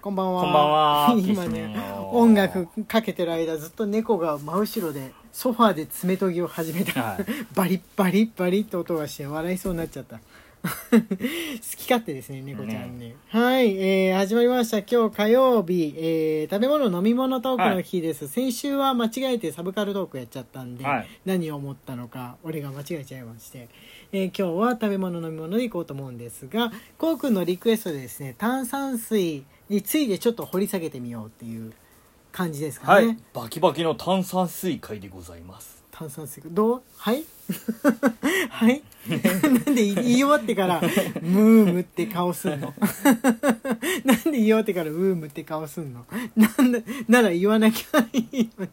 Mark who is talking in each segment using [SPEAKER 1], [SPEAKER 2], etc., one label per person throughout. [SPEAKER 1] こんばんは。
[SPEAKER 2] こんばんは
[SPEAKER 1] 今ね、音楽かけてる間、ずっと猫が真後ろで、ソファーで爪研ぎを始めた。
[SPEAKER 2] はい
[SPEAKER 1] バリッバリッバリッと音がして、笑いそうになっちゃった。 好き勝手ですね、猫ちゃんね。はい、えー、始まりました。今日火曜日、えー、食べ物、飲み物トークの日です。先週は間違えてサブカルトークやっちゃったんで、
[SPEAKER 2] はい
[SPEAKER 1] 何を思ったのか、俺が間違えちゃいまして。えー今日は食べ物飲み物でいこうと思うんですがこうくんのリクエストでですね炭酸水についてちょっと掘り下げてみようっていう感じですか
[SPEAKER 2] は
[SPEAKER 1] ね、
[SPEAKER 2] いバキバキの炭酸水会でございます
[SPEAKER 1] 炭酸水どうはい はいなんで言い言い終わってから「ムーム」って顔すんの なんで言い終わってから「ムーム」って顔すんのなんだなら言わなきゃいいの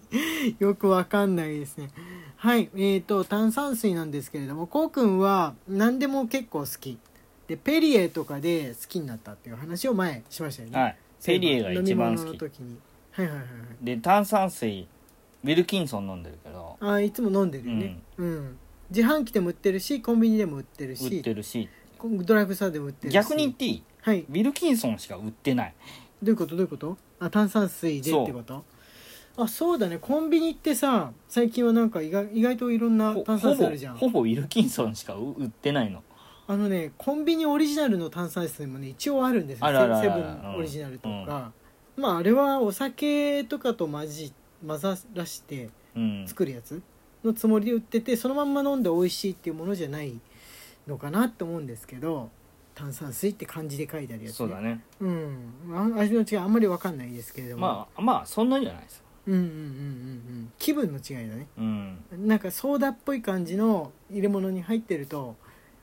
[SPEAKER 1] によくわかんないですねはいえー、と炭酸水なんですけれどもこうくんは何でも結構好きでペリエとかで好きになったっていう話を前しましたよね、
[SPEAKER 2] はいペリエが一番好
[SPEAKER 1] 飲み物の
[SPEAKER 2] き
[SPEAKER 1] 時にはいはいはいはい
[SPEAKER 2] で炭酸水ウィルキンソン飲んでるけど
[SPEAKER 1] あいつも飲んでるよね、うん自販機でも売ってるしコンビニでも売ってるし
[SPEAKER 2] 売ってるし
[SPEAKER 1] ドライブストアでも売ってるし
[SPEAKER 2] 逆に言っていい
[SPEAKER 1] はいど
[SPEAKER 2] ウィルキンソンしか売ってないう
[SPEAKER 1] いうことどういうことあ炭酸水でってことあそうだねコンビニってさ最近はなんか意外意外といろんな
[SPEAKER 2] ほ
[SPEAKER 1] 炭
[SPEAKER 2] ほ
[SPEAKER 1] 酸水
[SPEAKER 2] ぼ
[SPEAKER 1] あるじゃん
[SPEAKER 2] ほぼウィルキンソンしか売ってないの
[SPEAKER 1] あのねコンビニオリジナルの炭酸水もね一応あるんですよ
[SPEAKER 2] あるあるあ
[SPEAKER 1] セ
[SPEAKER 2] る
[SPEAKER 1] ブンオリジナルとか、まああれはお酒とかと混じ混ざらして
[SPEAKER 2] うん
[SPEAKER 1] 作るやつのつもりで売っててそのまんま飲んで美味しいっていうものじゃないのかなと思うんですけど炭酸水って漢字で書いてあるやつ、
[SPEAKER 2] そうだね
[SPEAKER 1] うんあ味の違いあんまり分かんないですけれども、
[SPEAKER 2] まあまあそんなじゃないです
[SPEAKER 1] うんうんうんうんうん気分の違いだね
[SPEAKER 2] うん
[SPEAKER 1] なんかソーダっぽい感じの入れ物に入ってると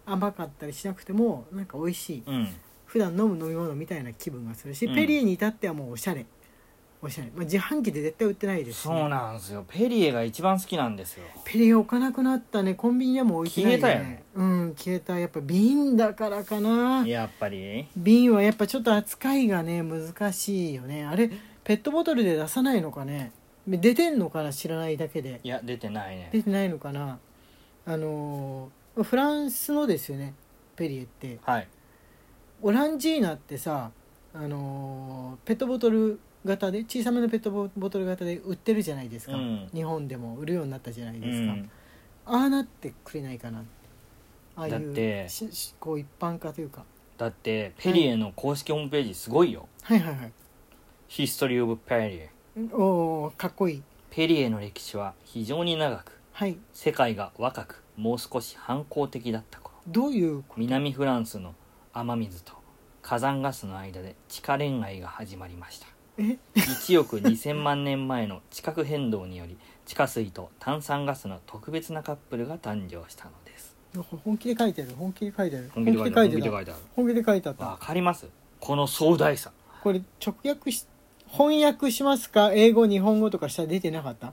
[SPEAKER 1] 甘かったりしなくてもなんか美味しい
[SPEAKER 2] うん
[SPEAKER 1] 普段飲む飲み物みたいな気分がするし、
[SPEAKER 2] うん
[SPEAKER 1] ペリエに至ってはもうおしゃれおしゃれ、まあ、自販機で絶対売ってないですし
[SPEAKER 2] そうなんですよペリエが一番好きなんですよ
[SPEAKER 1] ペリエ置かなくなったねコンビニでも置いてない、ね、
[SPEAKER 2] 消えたよね
[SPEAKER 1] うん消えたやっぱ瓶だからかな
[SPEAKER 2] やっぱり
[SPEAKER 1] 瓶はやっぱちょっと扱いがね難しいよねあれペットボトルで出さないのかね出てんのかな知らないだけで
[SPEAKER 2] いや出てないね
[SPEAKER 1] 出てないのかなあのーフランスのですよねペリエって
[SPEAKER 2] はい
[SPEAKER 1] オランジーナってさあのーペットボトル型で小さめのペットボボトル型で売ってるじゃないですか、
[SPEAKER 2] うん
[SPEAKER 1] 日本でも売るようになったじゃないうですか、
[SPEAKER 2] ん
[SPEAKER 1] ああなってくれないかなああいう
[SPEAKER 2] だって
[SPEAKER 1] ししこう一般化というか
[SPEAKER 2] だってペリエの公式ホームページすごいよ
[SPEAKER 1] はいはいはい
[SPEAKER 2] ヒストリー・オブ・ペリエ
[SPEAKER 1] おおかっこいい
[SPEAKER 2] ペリエの歴史は非常に長く
[SPEAKER 1] はい
[SPEAKER 2] 世界が若くもう少し反抗的だった頃
[SPEAKER 1] どういうこ
[SPEAKER 2] 南フランスの雨水と火山ガスの間で地下恋愛が始まりました
[SPEAKER 1] え
[SPEAKER 2] 1億2000万年前の地殻変動により地下水と炭酸ガスの特別なカップルが誕生したのです
[SPEAKER 1] なんか本気で書いてある本気で書いてある
[SPEAKER 2] 本気で書いてある本気
[SPEAKER 1] 本気で
[SPEAKER 2] で
[SPEAKER 1] 書
[SPEAKER 2] 書いてある
[SPEAKER 1] いてある本気で書いてあった
[SPEAKER 2] わかりますこの壮大さ
[SPEAKER 1] これ直訳し翻訳しますか英語日本語とかしたら出てなかった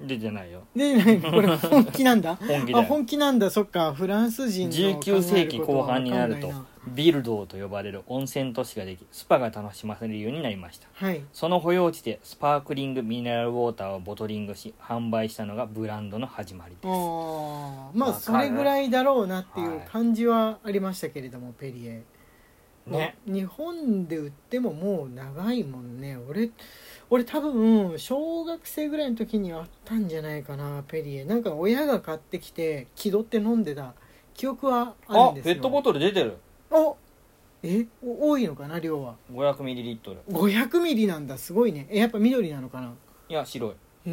[SPEAKER 2] 出てないよ
[SPEAKER 1] 出てない これ本気なんだ
[SPEAKER 2] 本気
[SPEAKER 1] あ
[SPEAKER 2] で
[SPEAKER 1] 本気なんだそっかフランス人の
[SPEAKER 2] 19世紀後半になる
[SPEAKER 1] 考え
[SPEAKER 2] と
[SPEAKER 1] ことはわか
[SPEAKER 2] ビルドーと呼ばれる温泉都市ができスパが楽しませるようになりました
[SPEAKER 1] んないなはい
[SPEAKER 2] その保養地でスパークリングミネラルウォーターをボトリングし販売したのがブランドの始まりです
[SPEAKER 1] あー
[SPEAKER 2] わ
[SPEAKER 1] まあ
[SPEAKER 2] かる
[SPEAKER 1] それぐらいだろうなっていう
[SPEAKER 2] はい
[SPEAKER 1] 感じはありましたけれども、ペリエ
[SPEAKER 2] ね
[SPEAKER 1] 日本で売ってももう長いもんね俺俺多分小学生ぐらいの時にあったんじゃないかなペリエなんか親が買ってきて気取って飲んでた記憶はあるんですよ
[SPEAKER 2] トル出てる
[SPEAKER 1] おえお多いのかな量は
[SPEAKER 2] 500ml
[SPEAKER 1] 500ミリなんだすごいねえやっぱ緑なのかない
[SPEAKER 2] や白い
[SPEAKER 1] へえ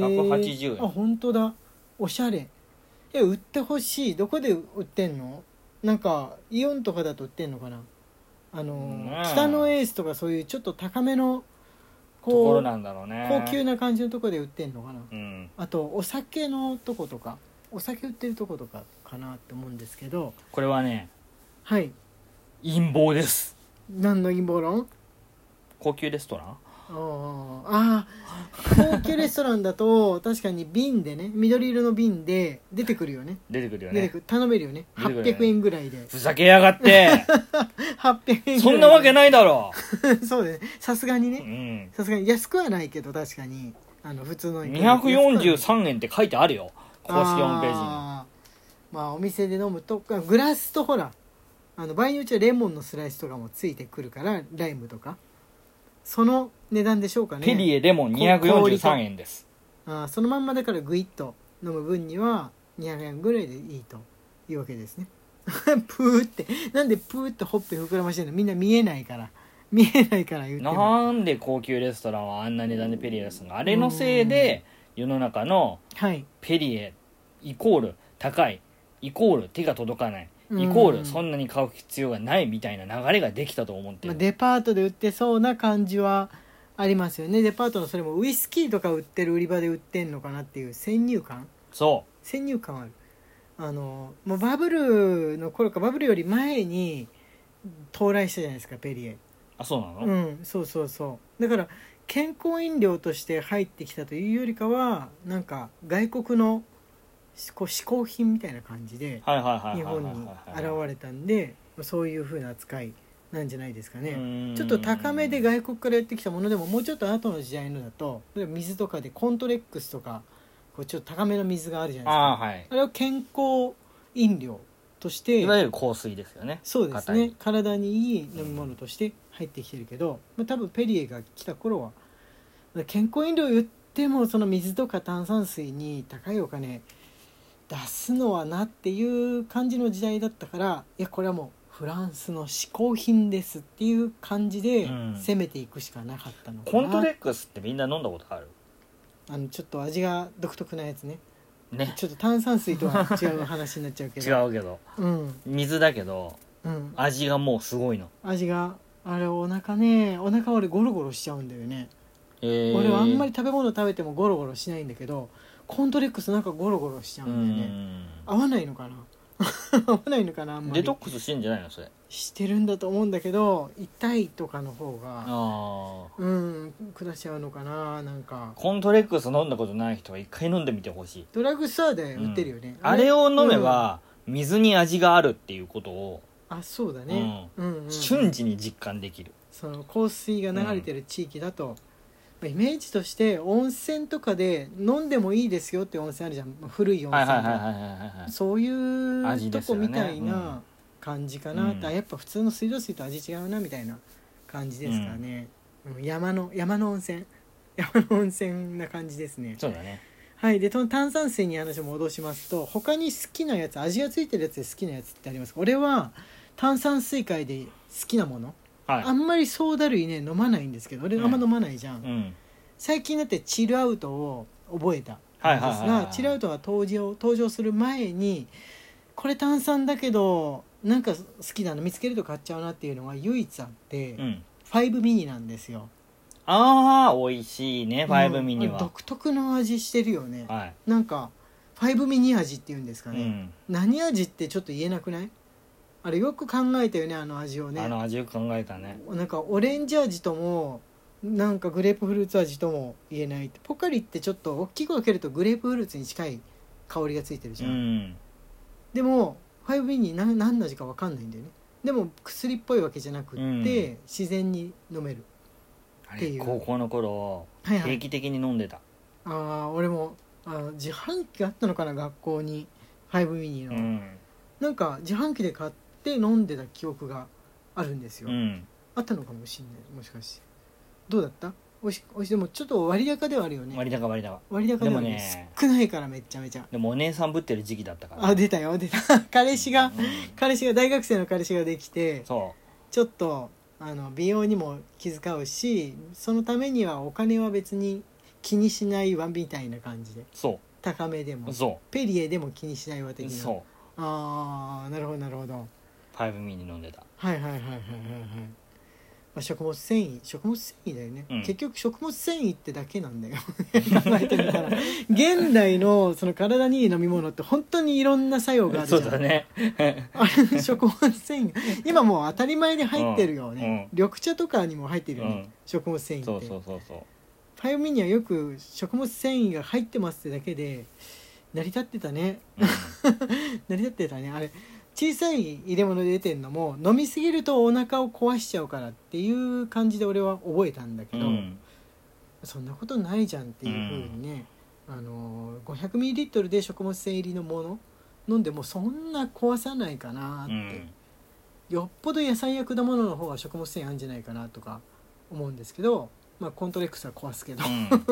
[SPEAKER 2] 180円
[SPEAKER 1] あ本当だおしゃれえ売ってほしいどこで売ってんのなんかイオンとかだと売ってんのかなあの
[SPEAKER 2] ね
[SPEAKER 1] ー
[SPEAKER 2] え
[SPEAKER 1] 北のエースとかそういうちょっと高めの
[SPEAKER 2] とこ
[SPEAKER 1] こ
[SPEAKER 2] ろ
[SPEAKER 1] う
[SPEAKER 2] なんだろうね
[SPEAKER 1] 高級な感じのとこで売ってんのかな
[SPEAKER 2] うん
[SPEAKER 1] あとお酒のとことかお酒売ってるとことかかなって思うんですけど
[SPEAKER 2] これはね
[SPEAKER 1] はい
[SPEAKER 2] 陰謀です
[SPEAKER 1] 何の陰謀論
[SPEAKER 2] 高級レストラン
[SPEAKER 1] ああ ー高級レストランだと確かに瓶でね緑色の瓶で出てくるよね
[SPEAKER 2] 出てくるよ
[SPEAKER 1] 出て
[SPEAKER 2] ね
[SPEAKER 1] くる頼めるよね
[SPEAKER 2] 出てくるよね
[SPEAKER 1] 800円ぐら いで
[SPEAKER 2] ふざけやがって
[SPEAKER 1] 800円ぐらいで
[SPEAKER 2] そんなわけないだ ろ
[SPEAKER 1] そうですねさすがに
[SPEAKER 2] う
[SPEAKER 1] ね
[SPEAKER 2] ん
[SPEAKER 1] さすがに安くはないけど確かにあの普通の公式
[SPEAKER 2] 243円って書いてあるよ公式ホームページに
[SPEAKER 1] まあお店で飲むとあグラスとほらあの場合によっちゃレモンのスライスとかもついてくるからライムとかその値段でしょうかね
[SPEAKER 2] ペリエレモン243円です
[SPEAKER 1] あーそのまんまだからグイッと飲む分には200円ぐらいでいいというわけですね プーってなんでプーってほっぺ膨らましてんのみんな見えないから見えないから言っても
[SPEAKER 2] なんで高級レストランはあんな値段でペリエ出すのかあれのせいで世の中の
[SPEAKER 1] はい
[SPEAKER 2] ペリエイコール高いイコール手が届かないイコー
[SPEAKER 1] う
[SPEAKER 2] ル
[SPEAKER 1] ん
[SPEAKER 2] そんなに買う必要がないみたいな流れができたと思って
[SPEAKER 1] まあ、
[SPEAKER 2] る、
[SPEAKER 1] デパートで売ってそうな感じはありますよねデパートのそれもウイスキーとか売ってる売り場で売ってんのかなっていう先入観
[SPEAKER 2] そ
[SPEAKER 1] 先入観あるあのもうバブルの頃かバブルより前に到来したじゃないですかペリエ
[SPEAKER 2] うあそうなの、
[SPEAKER 1] うんそうそうそうだから健康飲料として入ってきたというよりかはなんか外国のこう嗜好品みたいな感じで
[SPEAKER 2] はいはいはい
[SPEAKER 1] 日
[SPEAKER 2] はい
[SPEAKER 1] 本に現れたんでそういう風な扱いなんじゃないですかね
[SPEAKER 2] ね
[SPEAKER 1] ちょっと高めで外国からやってきたものでももうちょっと後の時代のだと例えば水とかでコントレックスとかこうちょっと高めの水があるじゃないですか
[SPEAKER 2] ああはい
[SPEAKER 1] あれを健康飲料として
[SPEAKER 2] いわゆる香水ですよね
[SPEAKER 1] そうですね体にいい飲み物として入ってきてるけど、まあ、多分ペリエが来た頃はまあ健康飲料言ってもその水とか炭酸水に高いお金出すのはなっていう感じの時代だったからいやこれはもうフランスの嗜好品ですっていう感じで
[SPEAKER 2] うん
[SPEAKER 1] 攻めていくしかなかったのかな、
[SPEAKER 2] コントレックスってみんな飲んだことある
[SPEAKER 1] あのちょっと味が独特なやつね
[SPEAKER 2] ね
[SPEAKER 1] ちょっと炭酸水とは違う話になっちゃうけど
[SPEAKER 2] 違うけど
[SPEAKER 1] うん
[SPEAKER 2] 水だけど
[SPEAKER 1] うん
[SPEAKER 2] 味がもうすごいの
[SPEAKER 1] 味があれお腹ねお腹俺ゴロゴロしちゃうんだよね、
[SPEAKER 2] 俺
[SPEAKER 1] 俺はあんまり食べ物食べてもゴロゴロしないんだけどコントレックスなんかゴロゴロしちゃうんだよね合わないのかな 合わないのかなあんま
[SPEAKER 2] デ
[SPEAKER 1] り
[SPEAKER 2] トックスしてんじゃないのそれ
[SPEAKER 1] してるんだと思うんだけど痛いとかの方が
[SPEAKER 2] ああ
[SPEAKER 1] うん下しちゃうのかななんか
[SPEAKER 2] コントレックス飲んだことない人は一回飲んでみてほしい
[SPEAKER 1] ドラッグストアで売ってるよね、
[SPEAKER 2] あれを飲め、ば水に味があるっていうことを
[SPEAKER 1] うんあそうだね、うんうん
[SPEAKER 2] 瞬時に実感できる
[SPEAKER 1] その香水が流れてる地域だと、まあイメージとして温泉とかで飲んでもいいですよって温泉あるじゃん古い温
[SPEAKER 2] はい
[SPEAKER 1] 泉と
[SPEAKER 2] はいはいはい
[SPEAKER 1] か
[SPEAKER 2] はいはい
[SPEAKER 1] そういう
[SPEAKER 2] 味
[SPEAKER 1] と
[SPEAKER 2] です
[SPEAKER 1] こ
[SPEAKER 2] よね
[SPEAKER 1] みたい
[SPEAKER 2] うん
[SPEAKER 1] な感じかなって、
[SPEAKER 2] うん
[SPEAKER 1] あやっぱ普通の水道水と味違うなみたいな感じですかね、うん山の山の温泉山の温泉な感じですね
[SPEAKER 2] そうだね
[SPEAKER 1] はいでその炭酸水に話を戻しますと他に好きなやつ味がついてるやつで好きなやつってありますか俺は炭酸水界で好きなもの
[SPEAKER 2] はい
[SPEAKER 1] あんまりソーダ類ね飲まないんですけど俺あんま飲まないじゃん、
[SPEAKER 2] うん
[SPEAKER 1] 最近だってチルアウトを覚えたんですが、
[SPEAKER 2] はいはいはいはい
[SPEAKER 1] チルアウトが登場登場する前にこれ炭酸だけどなんか好きなの見つけると買っちゃうなっていうのが唯一あって、
[SPEAKER 2] うん
[SPEAKER 1] 5ミニなんですよ
[SPEAKER 2] ああ美味しいね5ミニ
[SPEAKER 1] うん
[SPEAKER 2] は
[SPEAKER 1] 独特の味してるよね
[SPEAKER 2] はい
[SPEAKER 1] なんか5ミニ味っていうんです
[SPEAKER 2] う
[SPEAKER 1] かね、
[SPEAKER 2] ん
[SPEAKER 1] 何味ってちょっと言えなくないあれよく考えたよねあの味をね
[SPEAKER 2] あの味を考えたね
[SPEAKER 1] なんかオレンジ味ともなんかグレープフルーツ味とも言えないポカリってちょっと大きく分けるとグレープフルーツに近い香りがついてるじ
[SPEAKER 2] う
[SPEAKER 1] ゃん、
[SPEAKER 2] ん
[SPEAKER 1] でもファイブミニ何何の味か分かんないんだよねでも薬っぽいわけじゃなくって、
[SPEAKER 2] うん
[SPEAKER 1] 自然に飲める
[SPEAKER 2] あ
[SPEAKER 1] って
[SPEAKER 2] れ
[SPEAKER 1] いう
[SPEAKER 2] 高校の頃
[SPEAKER 1] はいは
[SPEAKER 2] 定
[SPEAKER 1] い
[SPEAKER 2] 期的に飲んでた
[SPEAKER 1] ああ俺もあー自販機があったのかな学校にファイブミニ
[SPEAKER 2] う
[SPEAKER 1] の、
[SPEAKER 2] ん
[SPEAKER 1] なんか自販機で買って飲んでた記憶があるんですよ、
[SPEAKER 2] うん
[SPEAKER 1] あったのかもしれないもしかしてどうだったおいしおいしでもちょっと割高ではあるよね
[SPEAKER 2] 割高割高
[SPEAKER 1] 割高でも
[SPEAKER 2] でも
[SPEAKER 1] ね
[SPEAKER 2] ね
[SPEAKER 1] 少ないからめっちゃめちゃ
[SPEAKER 2] でもお姉さんぶってる時期だったから
[SPEAKER 1] あ出たよ出た 彼氏が
[SPEAKER 2] うん
[SPEAKER 1] 彼氏が大学生の彼氏ができて
[SPEAKER 2] そ
[SPEAKER 1] ちょっとあの美容にも気遣うしそのためにはお金は別に気にしないわみたいな感じで
[SPEAKER 2] うそ
[SPEAKER 1] 高めでも
[SPEAKER 2] うそ
[SPEAKER 1] ペリエでも気にしないわ的
[SPEAKER 2] う
[SPEAKER 1] な
[SPEAKER 2] そう
[SPEAKER 1] ああなるほどなるほど
[SPEAKER 2] 5ミニ飲んでた
[SPEAKER 1] はいはいはいはいはいはい、まあ、食物繊維食物繊維だよね、
[SPEAKER 2] うん
[SPEAKER 1] 結局食物繊維ってだけなんだよ考えてみたら現代のその体にいい飲み物って本当にいろんな作用があるじゃ
[SPEAKER 2] そ
[SPEAKER 1] ん
[SPEAKER 2] うだね
[SPEAKER 1] あれ 食物繊維今もう当たり前で入ってるよね、
[SPEAKER 2] う
[SPEAKER 1] 緑茶とかにも入ってるよね、
[SPEAKER 2] うん
[SPEAKER 1] 食物繊維って
[SPEAKER 2] そうそうそうそう
[SPEAKER 1] パイオミニはよく食物繊維が入ってますってだけで成り立ってたね
[SPEAKER 2] う
[SPEAKER 1] 成り立ってたねあれ小さい入れ物で出てんのも飲みすぎるとお腹を壊しちゃうからっていう感じで俺は覚えたんだけ
[SPEAKER 2] ん
[SPEAKER 1] ど、
[SPEAKER 2] うん
[SPEAKER 1] そんなことないじゃんっていうふうにね、あの 500ml で食物繊維入りのもの飲んでもそんな壊さないかなっ
[SPEAKER 2] う
[SPEAKER 1] て、
[SPEAKER 2] ん
[SPEAKER 1] よっぽど野菜や果物の方が食物繊維あるんじゃないかなとか思うんですけど、まあ、コントレックスは壊すけど、
[SPEAKER 2] うん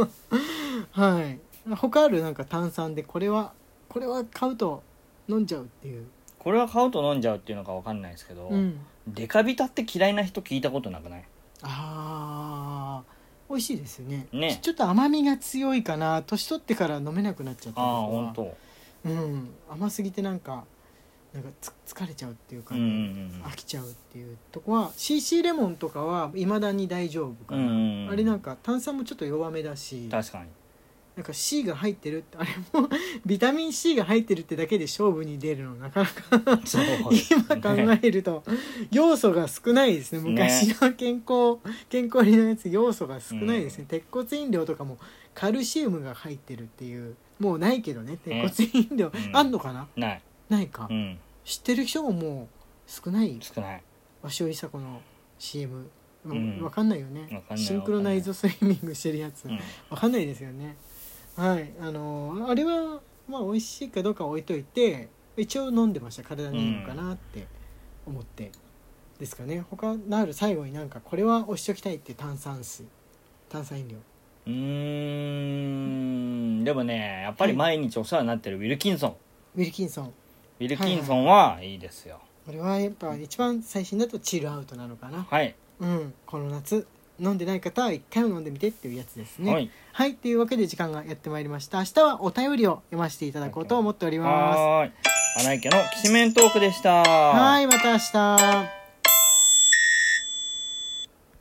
[SPEAKER 1] はい他あるなんか炭酸でこれはこれは買うと飲んじゃうっていう、
[SPEAKER 2] これは買うと飲んじゃうっていうのかわかんないですけど、
[SPEAKER 1] うん、
[SPEAKER 2] デカビタって嫌いな人聞いたことなくない
[SPEAKER 1] あー美味しいですよね
[SPEAKER 2] ね
[SPEAKER 1] ちょっと甘みが強いかな年取ってから飲めなくなっちゃった
[SPEAKER 2] ああ本
[SPEAKER 1] 当。
[SPEAKER 2] 当
[SPEAKER 1] うん甘すぎてなんかなんかつ疲れちゃうっていうか、
[SPEAKER 2] うんうん
[SPEAKER 1] 飽きちゃうっていうとこは CC レモンとかはいまだに大丈夫
[SPEAKER 2] う
[SPEAKER 1] か
[SPEAKER 2] んう
[SPEAKER 1] な、
[SPEAKER 2] んうん
[SPEAKER 1] あれなんか炭酸もちょっと弱めだし
[SPEAKER 2] 確かに
[SPEAKER 1] なんか C が入ってるってあれもビタミン C が入ってるってだけで勝負に出るのなかなか
[SPEAKER 2] そう
[SPEAKER 1] 今 考
[SPEAKER 2] ね
[SPEAKER 1] えると要素が少ないですね昔の健康、健康になるやつ要素が少ないですね、鉄骨飲料とかもカルシウムが入ってるっていうもうないけどね鉄骨飲料、
[SPEAKER 2] うん
[SPEAKER 1] あんのかな
[SPEAKER 2] ない
[SPEAKER 1] ないか、
[SPEAKER 2] うん
[SPEAKER 1] 知ってる人ももう少ない
[SPEAKER 2] 少ない
[SPEAKER 1] 鷲尾いさ子の CM、わ
[SPEAKER 2] うん
[SPEAKER 1] わかんないよね
[SPEAKER 2] わかんない
[SPEAKER 1] シンクロナイズスイミングしてるやつ、
[SPEAKER 2] うん
[SPEAKER 1] わかんないですよねはいあのーあれはまあ美味しいかどうかは置いといて一応飲んでました体にいいのかなって思って、ですかね他なる最後になんかこれは押しときたいっていう炭酸水炭酸飲料
[SPEAKER 2] うーんでもねやっぱり毎日お世話になってるウィルキンソン、
[SPEAKER 1] ウィルキンソン
[SPEAKER 2] ウィルキンソンはいいですよ
[SPEAKER 1] これはやっぱ一番最新だとチルアウトなのかな
[SPEAKER 2] はい
[SPEAKER 1] うんこの夏飲んでない方は一回も飲んでみてっていうやつですね
[SPEAKER 2] はい
[SPEAKER 1] はい、というわけで時間がやってまいりました。明日はお便りを読ませていただこうと思っております。
[SPEAKER 2] はーい穴井家のきしめんトークでした
[SPEAKER 1] はい、また明日。